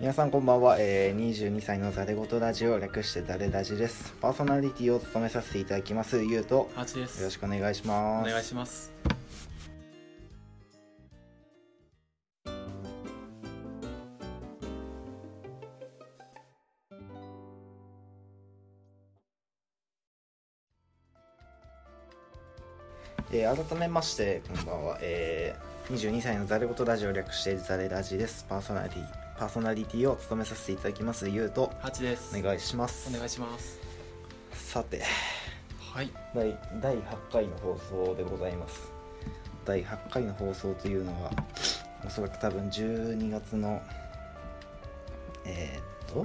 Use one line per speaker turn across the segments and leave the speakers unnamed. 皆さんこんばんは、えー、22歳のザレ言ラジオ略してザレラジですパーソナリティを務めさせていただきますゆうと
アーチです
よろしくお願いしま
お
す
願いします
えー改めましてこんばんは、えー、22歳のザレ言ラジオ略してザレラジですパーソナリティパーソナリティを務めさせていただきますゆうと
アーチです
お願いします
お願いします
さて
はい
第第8回の放送でございます第8回の放送というのはおそらく多分12月のえー、っと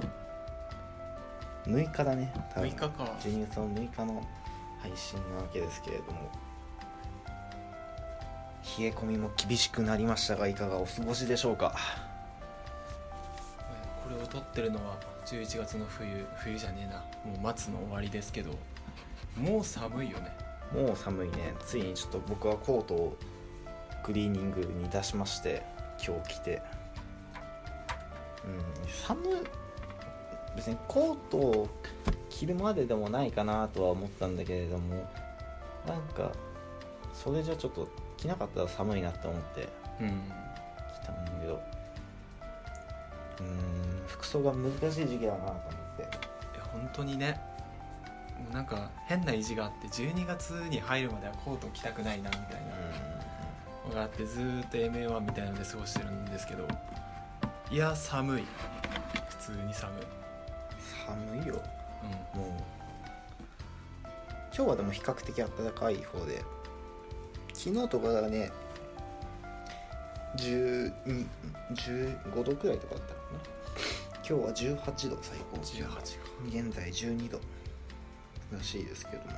6日だね多
6
分
日か
12月の6日の配信なわけですけれども冷え込みも厳しくなりましたがいかがお過ごしでしょうか
これを撮ってるのは11月の冬冬じゃねえなもう末の終わりですけどもう寒いよね
もう寒いねついにちょっと僕はコートをクリーニングに出しまして今日着てうん寒い別にコートを着るまででもないかなとは思ったんだけれどもなんかそれじゃちょっと着なかったら寒いなって思って
うん
着たんだけどうん服装が難しい時期だなと思って
いや本当にねもうなんか変な意地があって12月に入るまではコート着たくないなみたいなのがあってずーっと MA1 みたいなので過ごしてるんですけどいや寒い普通に寒い
寒いよ
うん
もう今日はでも比較的暖かい方で昨日とかがね12 15度くらいとかだったかな今日は18度最高気
18
温
が
現在12度らしいですけども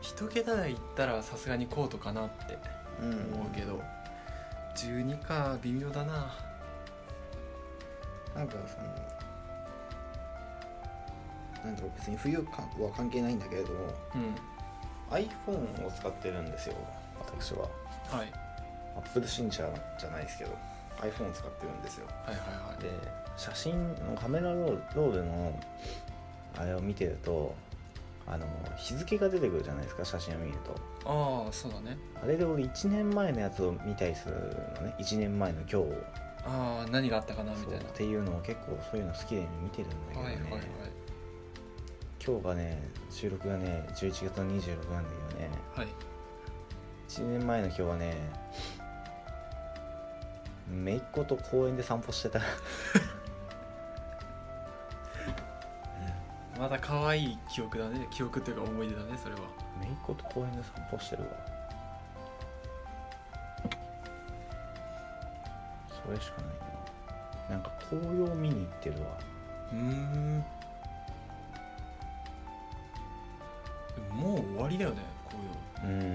一桁台いったらさすがにコートかなって
うん
思うけど12か微妙だな
なんかそのなんだろう別に冬かは関係ないんだけれども
うん
iPhone を使ってるんですよ私は
はい
アップル信者じゃないですけど iPhone を使ってるんですよ
はいはい
で写真のカメラローロールのあれを見てるとあの日付が出てくるじゃないですか写真を見ると
はいああそうだね
あれで俺1年前のやつを見たりするのね1年前の今日を
ああ何があったかなみ
そう
たい
っ
な
ていうのを結構そういうの好きで見てるんだけどね、
はいはいはい
今日がね収録がね11月の26なんだけどね
はい
1年前の今日はね姪っ子と公園で散歩してた
まだ可愛い記憶だね記憶というか思い出だねそれは
姪っ子と公園で散歩してるわそれしかないななんか紅葉見に行ってるわ
うーんもう終わりだよね紅
うん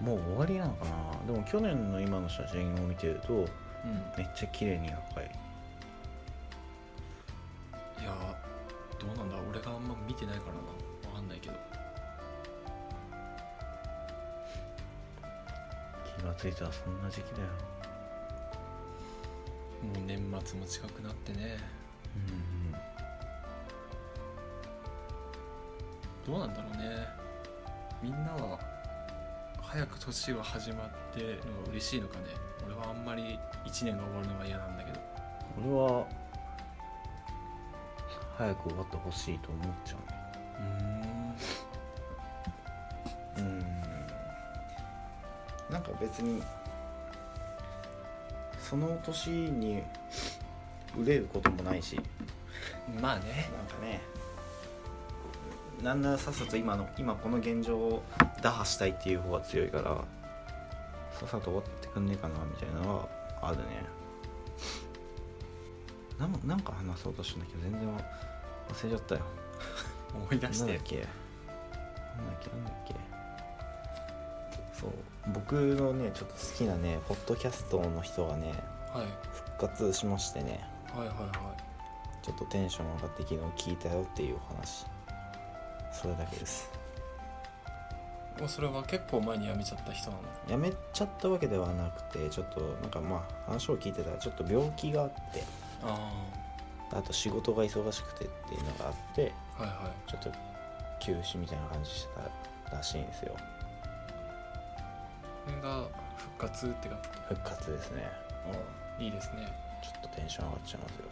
もう終わりなのかなでも去年の今の写真を見てると
葉うん
めっちゃ綺麗に赤い
いやどうなんだ俺があんま見てないからなわかんないけど
気がついたらそんな時期だよ
もう年末も近くなってね
うん
どうなんだろうねみんなは早く年が始まってのが嬉しいのかね俺はあんまり1年が終わるのが嫌なんだけど
俺は早く終わってほしいと思っちゃ
うん
うねうんなんか別にその年に憂うこともないし
まあね
なんかねなんならさっさと今の今この現状を打破したいっていう方が強いからさっさと終わってくんねえかなみたいなのはあるねなんなんか話そうとしたんだけど全然忘れちゃったよ
思い出し
なんだ
て
っけなんだっけなんだっけそう僕のねちょっと好きなねポッドキャストの人がね
はい
復活しましてね
はいはいは
ちょっとテンション上がって昨日聞いたよっていうお話それだけです
いもうそれは結構前に辞めちゃった人なの
やめちゃったわけではなくてちょっとなんかまあ話を聞いてたらちょっと病気があって
あ
あと仕事が忙しくてっていうのがあって
あはいはい
ちょっと休止みたいな感じしてたらしいんですよ
これが復活ってか
復活ですね
いいですね
ちょっとテンション上がっちゃいますよ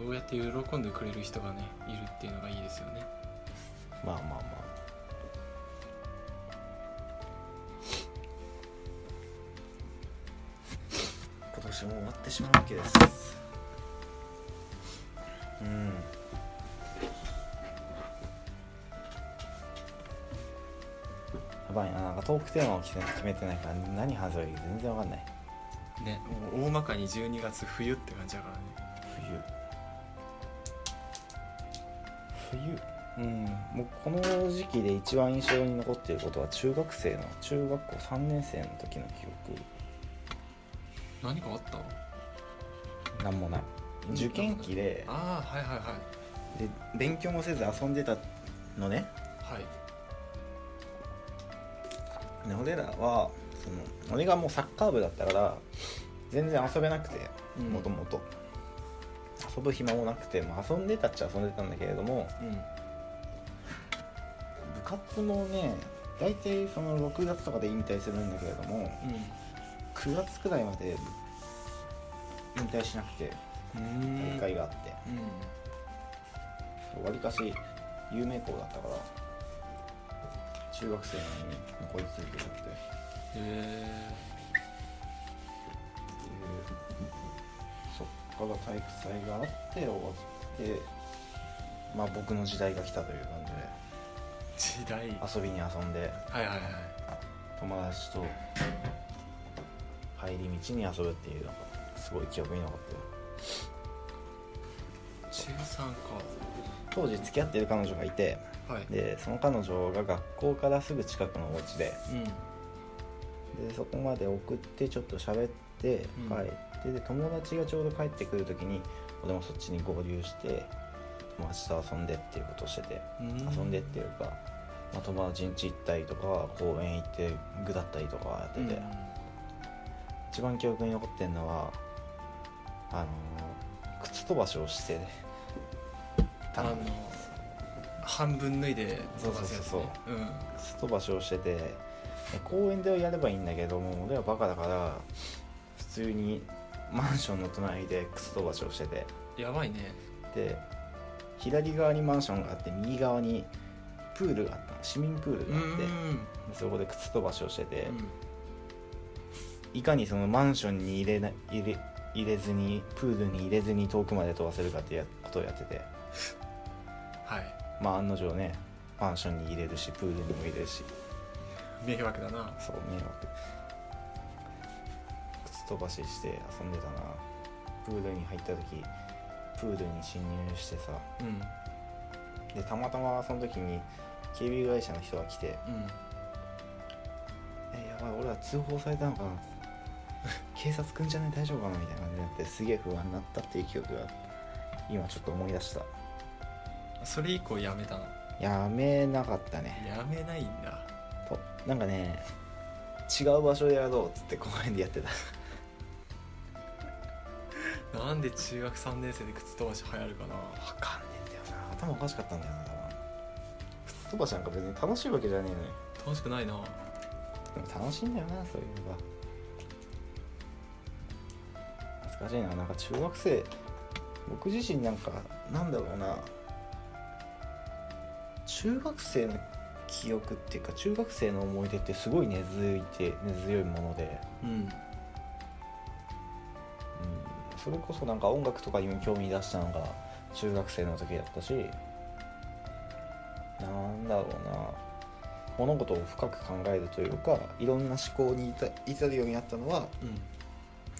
そうやって喜んでくれる人がねいるっていうのがいいですよね
まあまあまあ今年も終わってしまうわけですうんやばいななんかトークテーマを決め決めてないから何話せばいいか全然わかんない
ねもう大まかに12月冬って感じだから
冬冬うんもうこの時期で一番印象に残っていることは中学生の中学校3年生の時の記憶
ね何かあった
なんもない受験期で
ああはいはいは
で勉強もせず遊んでたのね
いはい
で俺らはその俺がもうサッカー部だったから全然遊べなくて
うん
もともと遊ぶ暇もなくて、まあ、遊んでたっちゃ遊んでたんだけれども
うん
部活もね大体その6月とかで引退するんだけれども9月くらいまで引退しなくて
うん
大会があって
うん
わりかし有名校だったから中学生なのに残り続けたくてっていう
え
そっから体育祭があって終わってまあ僕の時代が来たという感
ー、時代はい
じで遊びに遊んで
はいはい
友達と帰り道に遊ぶっていうのがすごい記憶に残ってる
中3
当時付き合ってる彼女がいて
かはい
でその彼女が学校からすぐ近くのお家で
うん
でそこまで送ってちょっと喋って
うん
帰って、で友達がちょうど帰ってくる時に俺もそっちに合流して友達と遊んでっていうことをしてて
うん
遊んでっていうか、まあ、友達ん家行ったりとか公園行って具だったりとかやってて、
うん
一番記憶に残ってるのはあのー靴飛ばしをして
あ
た
の半分脱いで
そうそうそうそう
飛ばすやつねうん
靴飛ばしをしててえ公園でやればいいんだけども俺はバカだから普通にマンションの隣で靴飛ばしをしてて
やばいね
で左側にマンションがあって右側にプールがあったの市民プール
う
があってで
ん
そこで靴飛ばしをしてて、
うん
いかにそのマンションに入れな入れ入れずにプールに入れずに遠くまで飛ばせるかってやことをやってて
はい
まあ案の定ねマンションに入れるしプールにも入れるし
迷惑だな
そう迷惑靴飛ばしして遊んでたなプールに入った時プールに侵入してさ
うん
でたまたまその時に警備会社の人が来て
うん
「えやばい俺は通報されたのかな」 警察くんじゃない大丈夫かなみたいな感じになってすげえ不安になったっていう記憶が今ちょっと思い出した
それ以降やめたの
やめなかったね
やめないんだ
となんかね違う場所でやろうっつって公園でやってた
なんで中学3年生で靴飛ばし流行るかな
わかんねえんだよな頭おかしかったんだよな多分靴飛ばしなんか別に楽しいわけじゃねえのよ
楽しくないな
でも楽しいんだよなそういうのが懐かしいななんか中学生僕自身なんかなんだろうな中学生の記憶っていうか中学生の思い出ってすごい根付いて根強いもので、
うん
うん、それこそなんか音楽とかにも興味出したのが中学生の時だったしなんだろうな物事を深く考えるというかいろんな思考に至至るようになったのは
うん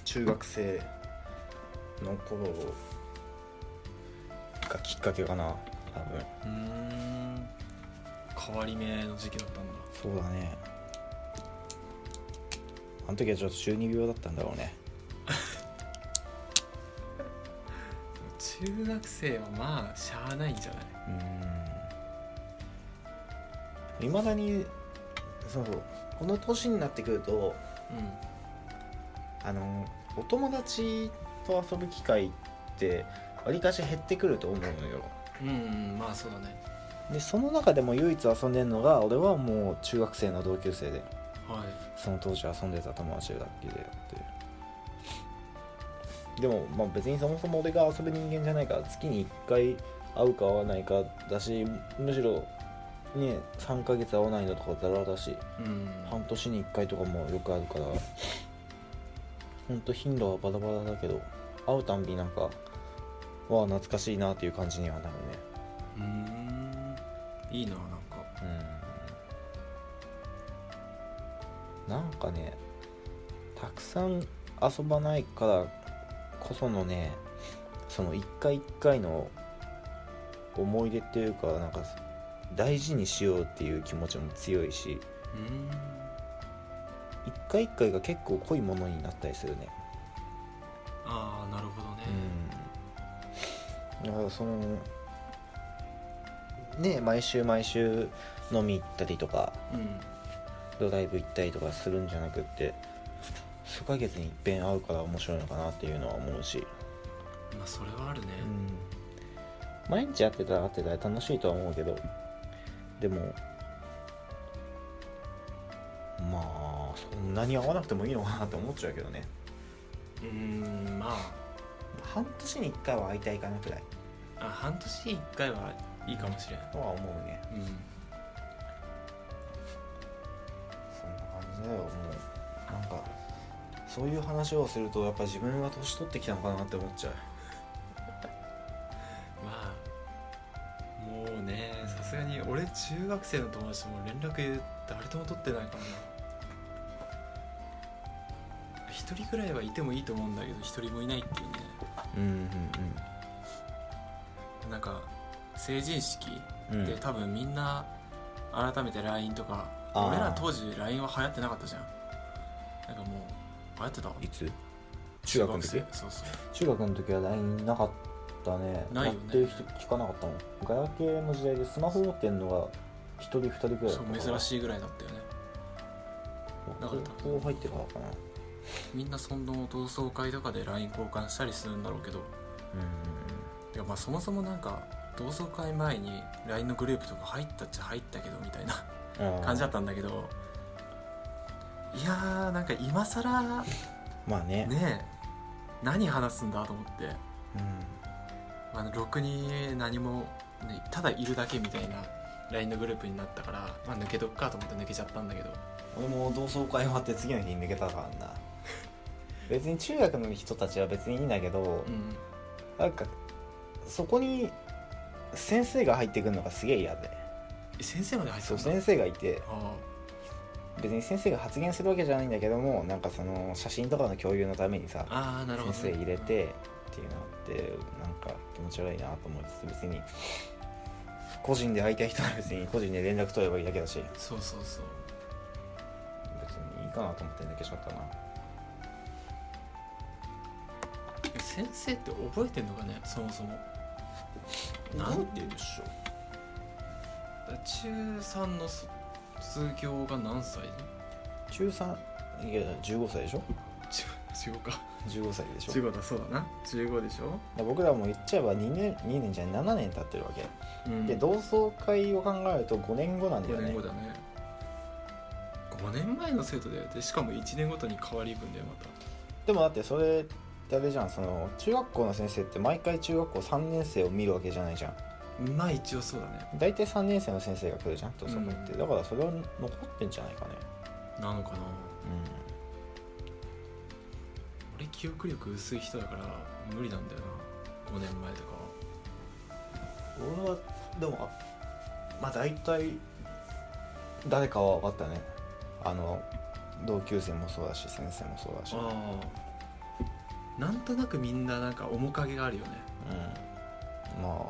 中学生の頃がきっかけかな多分
うーん変わり目の時期だったんだ
そうだねあの時はちょっと中二病だったんだろうね
中中学生はまあしゃあないんじゃない
いまだにそうそうこの年になってくるとあのお友達と遊ぶ機会ってわりかし減ってくると思うのよ
うん、うんうん、まあそうだね
でその中でも唯一遊んでるのが俺はもう中学生の同級生で
はい
その当時遊んでた友達だけでやってでもまあ別にそもそも俺が遊ぶ人間じゃないから月に1回会うか会わないかだしむしろね3ヶ月会わないのとかザラだし
うん
半年に1回とかもよくあるからほんと頻度はバラバラだけど会うたんびなんかわあ懐かしいなっていう感じにはなるね
うーんいいななんか
うんなんかねたくさん遊ばないからこそのねその一回一回の思い出っていうかなんか大事にしようっていう気持ちも強いし
うーん
一回一回が結構濃いものになったりするね
ああなるほどね
うんだからそのね毎週毎週飲み行ったりとか
うん
ドライブ行ったりとかするんじゃなくって数ヶ月に一遍会うから面白いのかなっていうのは思うし、
まあそれはあるね
毎日会ってたら会ってたら楽しいとは思うけどでもまあそんなに会わなくてもいいのかなって思っちゃうけどね
うーんま
半年に1回は会いたいかなくらい
ああ半年一回はいいかもしれない
とは思うね
うん
そんな感じだよもうなんかそういう話をするとやっぱ自分が年取ってきたのかなって思っちゃう
まあもうねさすがに俺中学生の友達とも連絡誰とも取ってないからな一人ぐらいはいてもいいと思うんだけど一人もいないっていうね
うん
なんか成人式
うんうん
で多分みんな改めて LINE とか、
あー
俺ら当時 LINE は流行ってなかったじゃんなんかもう流行ってた
いつ中学の時
中学生そうそう
中学の時は LINE なかったね
ない
や
よね
ってる人聞かなかったもんガラケーの時代でスマホ持ってんのが1人2人くらいだったから
そう珍しいぐらいだったよねだから
高校入ってからかな
みんなその同窓会とかで LINE 交換したりするんだろうけどてかまあそもそもなんか同窓会前に LINE のグループとか入ったっちゃ入ったけどみたいな
うん
感じだったんだけどいやーなんか今更
まあね
ね何話すんだと思って
うん
あのろくに何も、ね、ただいるだけみたいな LINE のグループになったから、まあ、抜けとくかと思って抜けちゃったんだけど
俺も同窓会終わって次の日に抜けたから な別に中学の人たちは別にいいんだけど
うん
なんかそこに先生が入ってくるのがすげえ嫌で
え先生まで入ってた
そ
ん
う
だ
先生がいて
あ
別に先生が発言するわけじゃないんだけどもなんかその写真とかの共有のためにさ
ああーなるほどね、
先生入れてっていうのあってなんか気持ち悪いなと思いつつ別に個人で会いたい人は別に個人で連絡取ればいいだけだし
そうそうそう
別にいいかなと思って抜けちゃったな
え先生って覚えてんのかねそもそもなんて
でしょ
中3の卒業が何歳
中3いや15歳でしょ
中5か
15歳でしょだか
15だそうだな15でしょ、
ら僕らも言っちゃえば2年2年じゃない7年経ってるわけ
うん
で同窓会を考えると5年後なんだよ
5
ね
年後だね5年前の生徒だよでしかも1年ごとに変わり分だよまた
でもだってそれってあれじゃんその中学校の先生って毎回中学校3年生を見るわけじゃないじゃん
まあ一応そうだね
大体3年生の先生が来るじゃんとそこ行って、
うん
だからそれは残ってんじゃないかね
なのかな俺記憶力薄い人だから無理なんだよな5年前とかは
うん俺はでもあまあ大体誰かは分かったねあの同級生もそうだし先生もそうだし、うん、
ああなんとなくみんななんか面影があるよね
まあ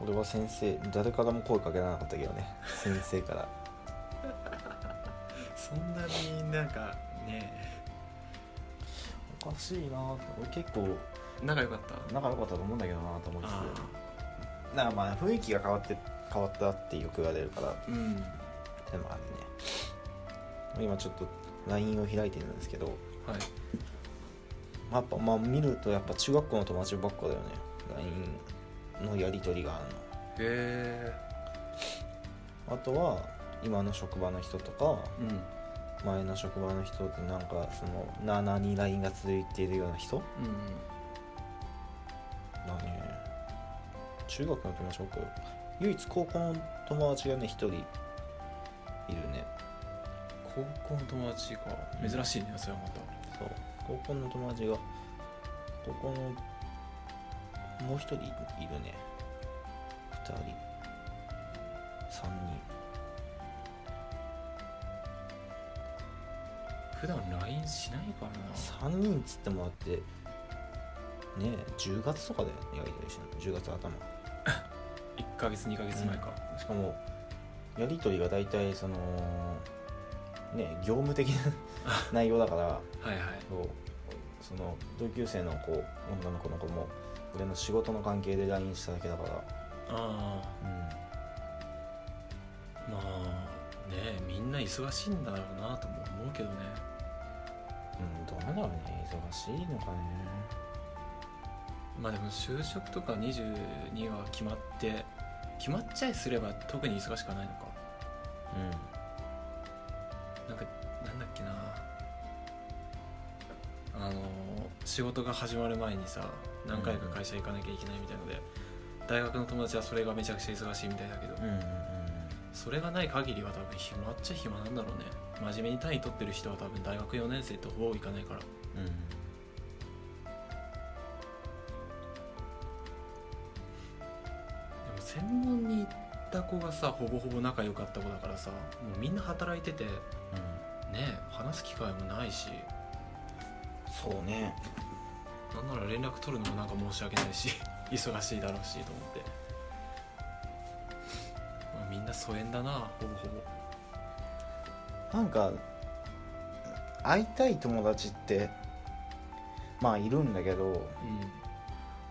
俺は先生誰からも声かけられなかったけどね先生から
そんなになんかね
おかしいなぁ俺結構
仲良かった
仲良かったと思うんだけどなと思いつ
あ
つなんかまあ雰囲気が変わって変わったっていう欲が出るから
ーうん
でもあるね今ちょっと LINE を開いてるんですけど
はい
やっぱまあ見るとやっぱ中学校の友達ばっかだよね LINE のやり取りがある
へえ
のあとは今の職場の人とか
うん
前の職場の人ってなんかそのなあなあに LINE が続いているような人
うん
だね中学の友達僕唯一高校の友達がね一人いるね
高校の友達か珍しいねそれはまた
そう高校の友達が高校のもう一人いるね二人三人
普段 LINE しないからな
三人っつってもらってねえ10月とかだよねやり取りしてるの10月頭
1ヶ月2ヶ月前か、
しかもやり取りが大体そのねえ業務的な 内容だから
はいはい
そうその同級生の子女の子の子も俺の仕事の関係で LINE しただけだから、
ああまあねみんな忙しいんだろうなとも思うけどね
うん、どうなんだろうね忙しいのかね
まあでも就職とか22は決まって決まっちゃいすれば特に忙しくはないのかなんかなんだっけなあの仕事が始まる前にさ何回か会社行かなきゃいけないみたいので、大学の友達はそれがめちゃくちゃ忙しいみたいだけど、
うんうんうん
それがない限りは多分暇っちゃ暇なんだろうね真面目に単位取ってる人は多分大学4年生ってほぼ行かないから
うんうん
でも専門に行った子がさほぼほぼ仲良かった子だからさもうみんな働いててね話す機会もないし
そうね
なんなら連絡取るのもなんか申し訳ないし 忙しいだろうしと思って、まあ、みんな疎遠だなほぼほぼ
なんか会いたい友達ってまあいるんだけど
うん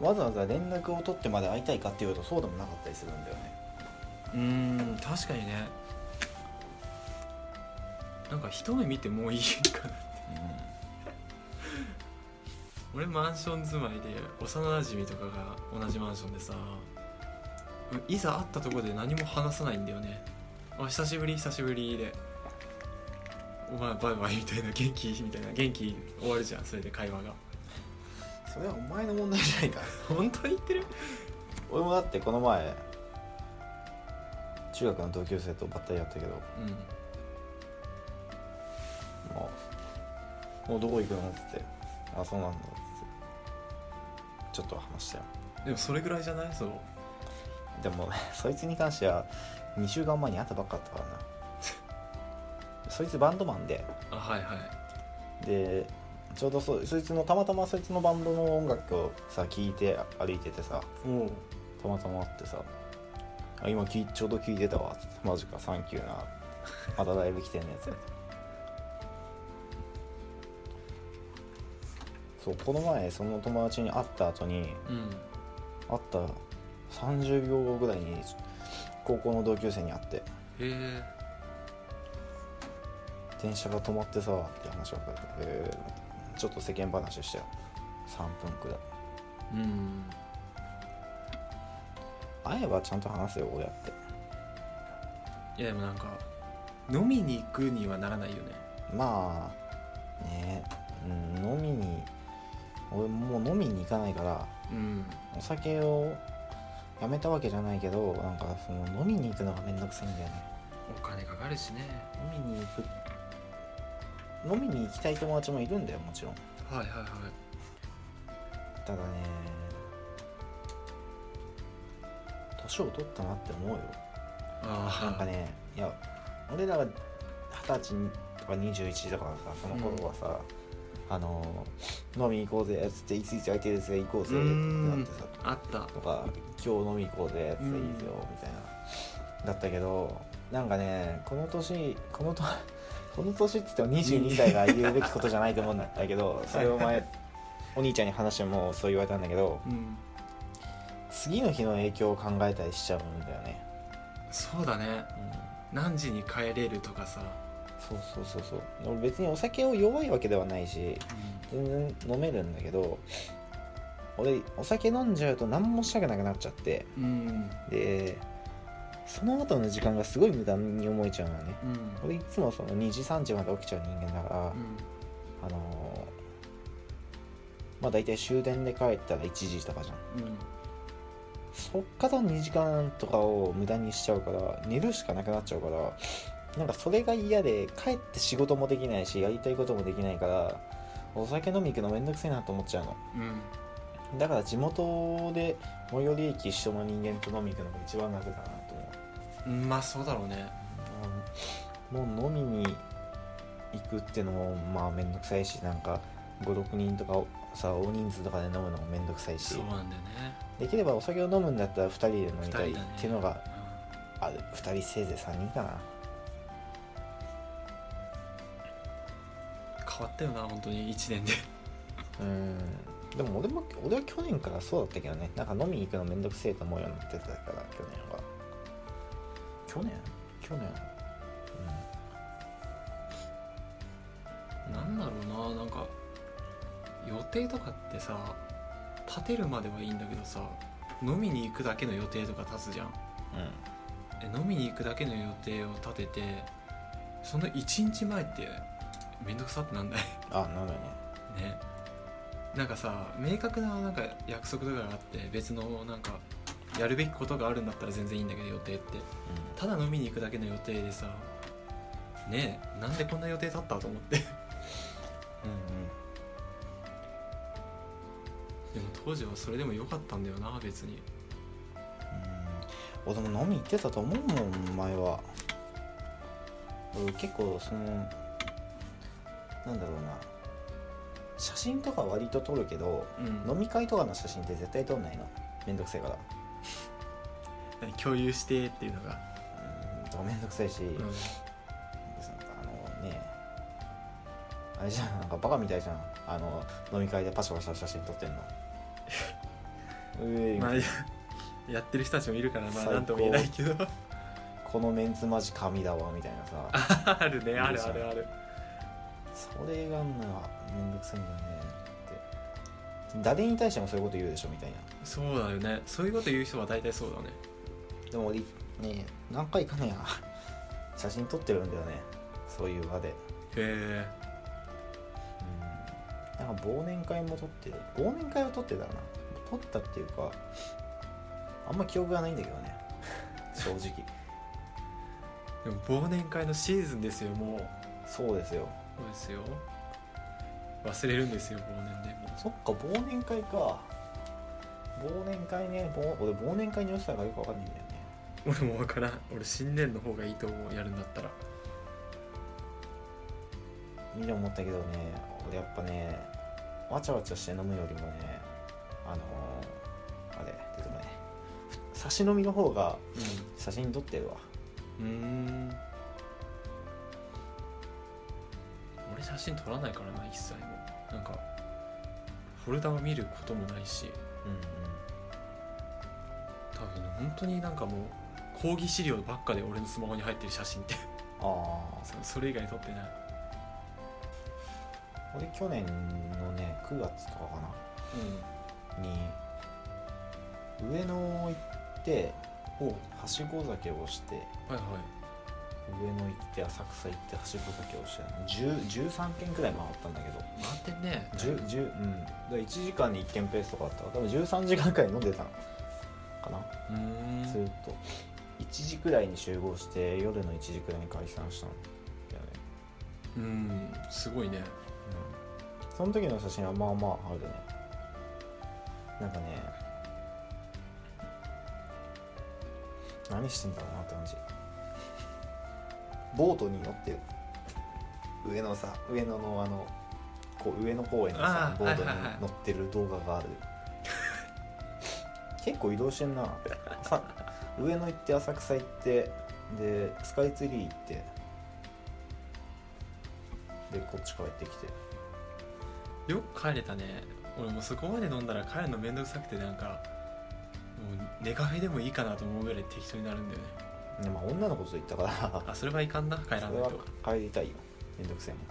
わざわざ連絡を取ってまで会いたいかっていうとそうでもなかったりするんだよね
うーん確かにねなんか一目見てもういいかな 俺マンション住まいで幼なじみとかが同じマンションでさいざ会ったところで何も話さないんだよねあ久しぶり久しぶりでお前バイバイみたいな元気みたいな元気終わるじゃんそれで会話が
それはお前の問題じゃないか
本当に言ってる
俺もだってこの前中学の同級生とばったりやったけど
うん
もうもうどこ行くのっつって「あそうなんだ」っつってちょっとは話したよ
でもそれぐらいじゃないそう
でも そいつに関しては2週間前に会ったばっかだったからな そいつバンドマンで
あはいはい
でちょうどそうそいつのたまたまそいつのバンドの音楽をさ聴いて歩いててさ
おう
たまたま会ってさ「あ今きちょうど聴いてたわ」っつって「マジかサンキューなまたライブ来てんねやつ」そうこの前その友達に会った後に
うん
会った30秒後ぐらいに高校の同級生に会って
へえ
電車が止まってさって話をかけて、えーちょっと世間話したよ3分くらい
うん
会えばちゃんと話すよこうやって
いやでもなんか飲みに行くにはならないよね
まあねうん飲みに俺もう飲みに行かないから
うん
お酒をやめたわけじゃないけどなんかその飲みに行くのがめんどくさいんだよね
お金かかるしね
飲みに行く飲みに行きたい友達もいるんだよもちろん
はいはいはい
ただね年を取ったなって思うよ
あ
なんかねいや俺らが二十歳とか21とかさその頃はさ、あの飲み行こうぜっつっていついつ空いてるぜ行こうぜってなってさ
あった
とか今日飲み行こうぜっつっていいよみたいなだったけどなんかねこの年このと この年っつっても22歳が言うべきことじゃないと思うんだけどそれをお前お兄ちゃんに話してもそう言われたんだけど
うん
次の日の影響を考えたりしちゃうんだよね、
そうだね
うん、
何時に帰れるとかさ、
そうそうそうそう俺別にお酒を弱いわけではないし全然飲めるんだけど俺お酒飲んじゃうと何もしたくなくなっちゃって
うんうん
でその後の時間がすごい無駄に思えちゃうのね
うん
俺いつもその2時3時まで起きちゃう人間だから、あのーまあ大体終電で帰ったら1時とかじゃん
うんうん
そっから2時間とかを無駄にしちゃうから寝るしかなくなっちゃうからなんかそれが嫌で帰って仕事もできないしやりたいこともできないからお酒飲み行くのめんどくせえなと思っちゃうの
うん
だから地元で最寄り駅一緒の人間と飲み行くのが一番楽だなと思
うんまあそうだろうね
うもう飲みに行くってのもまあめんどくさいしなんか56人とかをさ大人数とかで飲むのもめんどくさいし
そうなんだよね
できればお酒を飲むんだったら2人で飲みたいっ
二人だね
ていうのがある2人せいぜい3人かな
変わったよな本当に1年で
うんでも俺も俺は去年からそうだったけどねなんか飲みに行くのめんどくせえと思うようになってたから去年は去年去年
なんだろうななんか予定とかってさ立てるまではいいんだけどさ飲みに行くだけの予定とか立つじゃん
うんうん
え飲みに行くだけの予定を立ててその1日前ってめんどくさってなんだい
あ飲むよね
ねなんかさ明確ななんか約束とかがあって別のなんかやるべきことがあるんだったら全然いいんだけど予定ってただ飲みに行くだけの予定でさねえなんでこんな予定立ったと思って
うんうんうん
でも当時はそれでも良かったんだよな別に
俺も飲み行ってたと思うもん前は俺結構そのなんだろうな写真とか割と撮るけど
うん
飲み会とかの写真って絶対撮んないのめんどくせえから
何共有してっていうのが、
うんとかめんどくさいし、
うん
そのあのねあれじゃんなんかバカみたいじゃんあの飲み会でパシャパシャ写真撮って んのうえい
まあいや やってる人たちもいるからまあ
最高
なんとも言えないけど
このメンツマジ神だわみたいなさ
あるねあるあるある
それがなんかめんどくさいんだよねって誰に対してもそういうこと言うでしょみたいな
そうだよねそういうこと言う人は大体そうだね
でも俺ね何回かね 写真撮ってるんだよねそういう場で、
へ
うん、なんか忘年会も撮ってる忘年会は撮ってたかな撮ったっていうかあんま記憶がないんだけどね 正直
えでも忘年会のシーズンですよもう
そうですよ
そうですよ忘れるんですよ忘年でもう
そっか忘年会か忘年会ね忘俺忘年会に良さがよくわかんないんだよね
俺も分からん俺新年の方がいいと思うやるんだったら
見て思ったけどね俺やっぱねわちゃわちゃして飲むよりもねあのーあれ出てこない差し飲みの方が写真撮ってるわ
うんうん俺写真撮らないからな一切もうなんかフォルダを見ることもないし
うんうん
多分本当になんかもう講義資料ばっかで俺のスマホに入ってる写真って
あ
そそれ以外撮ってない
あ俺去年のね9月とかかなに上野行って
うんお
はしご酒をして
はいはい
上野行って浅草行ってはしご酒をして10 13軒くらい回ったんだけど
回ってんね
10 10うんだから1時間に1軒ペースとかあったから多分13時間くらい飲んでたのかな
うーん
ずーっと1時くらいに集合して夜の1時くらいに解散したんだよね、
うんすごいね
うん、その時の写真はまあまああるねなんかね何してんだろうなって感じボートに乗ってる上のさ上野のあのこう上野公園のさ
あー
ボートに
はいはいはい
乗ってる動画がある結構移動してんなさ上野行って浅草行ってでスカイツリー行ってでこっち帰ってきて
よく帰れたね俺もうそこまで飲んだら帰るのめんどくさくてなんかもう寝カフェでもいいかなと思うぐらい適当になるんだよね
ねまあ女の子と言ったから
あそれはいかんな帰ら
そ
な
れ
い
は
と
帰りたいよめんどくせえもん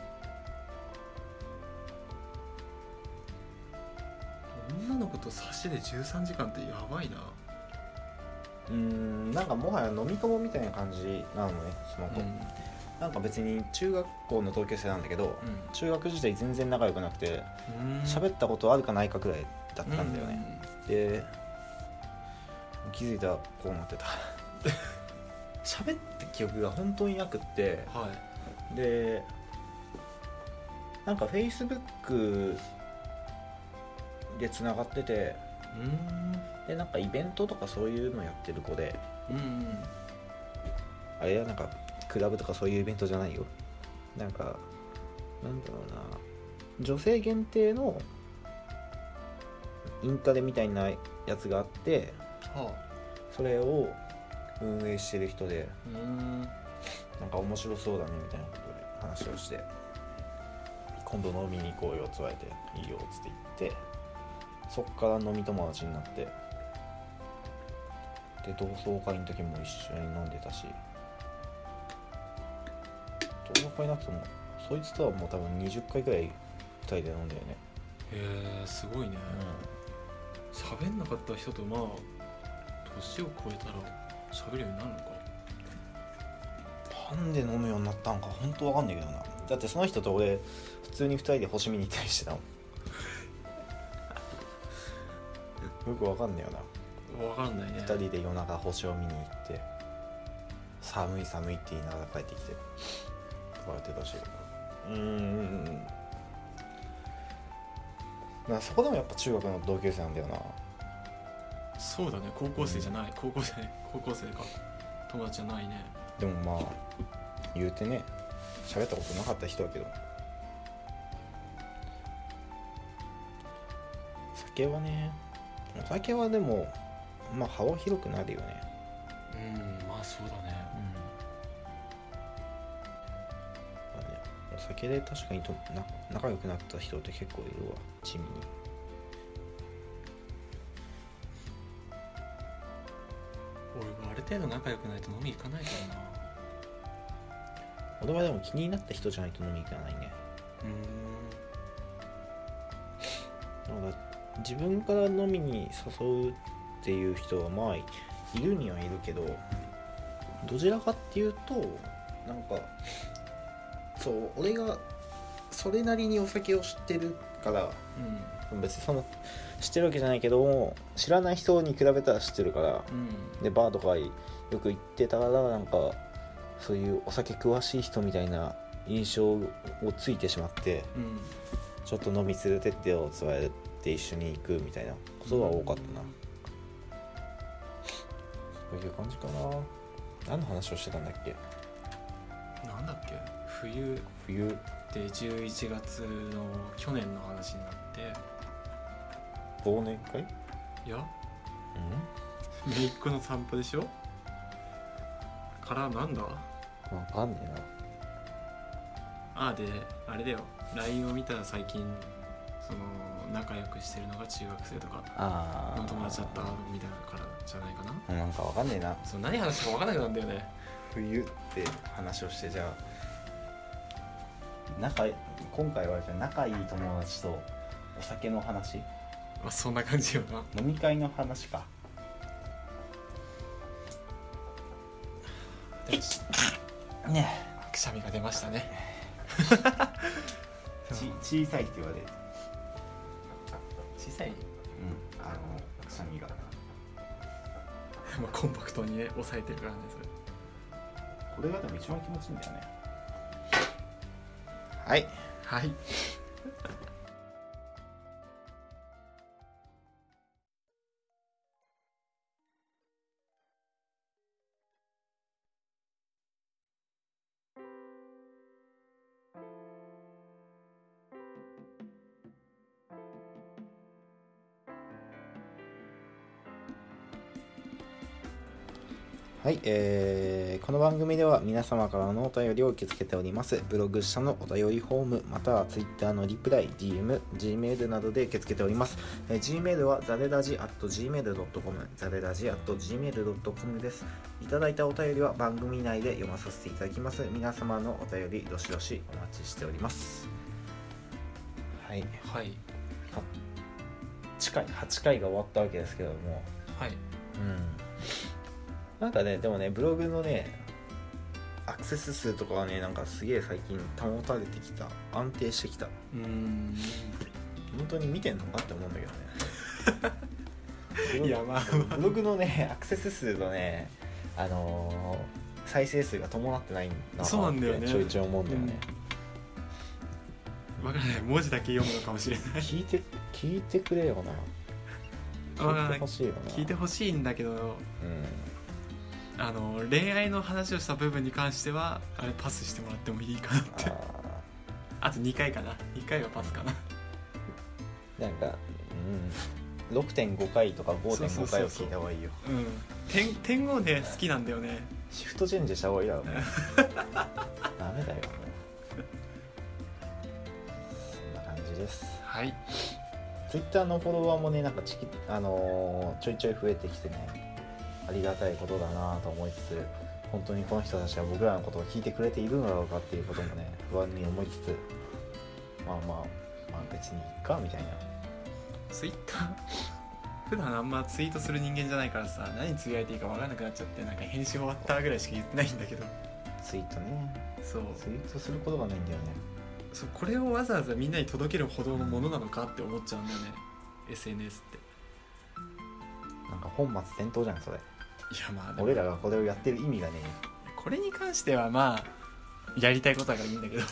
女の子と差しで13時間ってやばいな
うーんなんかもはや飲み友みたいな感じなのねその
う
子、
んうん
なんか別に中学校の同級生なんだけど、中学時代全然仲良くなくて
うん
喋ったことあるかないかくらいだったんだよね、で気づいたらこうなってた 喋った記憶が本当になくって
うんはい
でなんか Facebook でつながってて
う
でなんかイベントとかそういうのやってる子で
んうん
あれはなんかクラブとかそういうイベントじゃないよなんかなんだろうな女性限定のインタレみたいなやつがあって
は
それを運営してる人で
あうん
なんか面白そうだねみたいなことで話をして今度飲みに行こうよっつわれていいよっつって言ってそっから飲み友達になってで同窓会の時も一緒に飲んでたし同窓会になってもそいつとはもう多分20回ぐらい2人で飲んだよね
へえすごいね喋んなかった人とまあ年を超えたら喋るようになるのか
なんで飲むようになったんか本当わかんないけどなだってその人と俺普通に2人で星見に行ったりしてたもんよくわかんないよな
分かんないね
2人で夜中星を見に行って寒い寒いって言いながら帰ってきてこうやってたしうーんなそこでもやっぱ中学の同級生なんだよな
そうだね高校生じゃない、高校生高校生か友達じゃないね
でもまあ言うてね喋ったことなかった人だけど酒はねお酒はでもまあ幅広くなるよね
うんまあそうだね
まあねお酒で確かにとな仲良くなった人って結構いるわ地味に
俺もある程度仲良くないと飲み行かないからな
俺はでも気になった人じゃないと飲み行かないね
うん
だから自分から飲みに誘うっていう人はまあいるにはいるけどどちらかっていうとなんかそう俺がそれなりにお酒を知ってるから別にその知ってるわけじゃないけども知らない人に比べたら知ってるから
うんうん
でバーとかよく行ってたからなんかそういうお酒詳しい人みたいな印象をついてしまって
うん
ちょっと飲み連れてってよつわれて一緒に行くみたいなことが多かったな、そういう感じかな何の話をしてたんだっけ
なんだっけ冬
冬
で11月の去年の話になって
忘年会
いや姪っ子の散歩でしょからなんだ
うんわかんねえな
ああであれだよ LINE を見たら最近その仲良くしてるのが中学生とか
あ
の友達だった
な
みたいなからじゃないかな
なんかわかんねえな
そう何話したか分からなくなるんだよね
冬って話をしてじゃあ仲今回はじゃあ仲いい友達とお酒の話
まあそんな感じよな
飲み会の話か
でもし
ね
くしゃみが出ましたねそう
ち小さいって言われる
小さい
うんあのくしゃみが
まあコンパクトにね抑えてるからねそれ
これがでも一番気持ちいいんだよねはい
はい
ははい、えーこの番組では皆様からのお便りを受け付けております。ブログ下のお便りフォーム、または Twitter のリプライ、DM、Gmail などで受け付けております。えー Gmail はザレラジ at gmail.com、ザレラジ at gmail.com です。いただいたお便りは番組内で読まさせていただきます。皆様のお便り、どしどしお待ちしております。はい、
はい
8回、8回が終わったわけですけども、
はい
うんなんかねでもねブログのねアクセス数とかはねなんかすげえ最近保たれてきた安定してきた
うーん
本当に見てんのかって思うんだけどねブログ
いやまあ
ブログのねアクセス数のねあのー再生数が伴ってないな
そうなんだよね
ちょいちょい思うんだよね、
分からない文字だけ読むのかもしれない
聞いて聞いてくれよな
わか
聞い
らな
て
い
ほしいよな
聞いてほしいんだけど
うん
あの恋愛の話をした部分に関してはあれパスしてもらってもいい かなっ
あ
て
ー
あと2回かな2回はパスかな
なんか、うん、6.5回とか
そうそ
5.5
うそう
回を聞いた方がいいよ
うん天天皇ね好きなんだよね
シフトチェンジした方がいいだろうダメだよそんな感じです
はい
Twitter のフォロワーもねなんかちき、あのーちょいちょい増えてきてねありがたいことだなと思いつつ本当にこの人たちは僕らのことを聞いてくれているのだろうかっていうこともね不安に思いつつまあまあまあ別にいっかみたいな
ツイッター普段あんまツイートする人間じゃないからさ何つぶやいていいか分からなくなっちゃってなんか編集終わったぐらいしか言ってないんだけど
ツイートね
そう
ツイートすることがないんだよね
そうこれをわざわざみんなに届けるほどのものなのかって思っちゃうんだよね SNS って
なんか本末転倒じゃんそれ
いやまあでも
俺らがこれをやってる意味がね
これに関してはまあやりたいことだからいいんだけど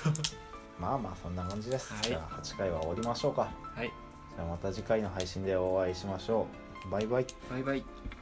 まあまあそんな感じです、
はい
じゃあ8回は終わりましょうか
はい
じゃあまた次回の配信でお会いしましょうバイバイ
バイバイ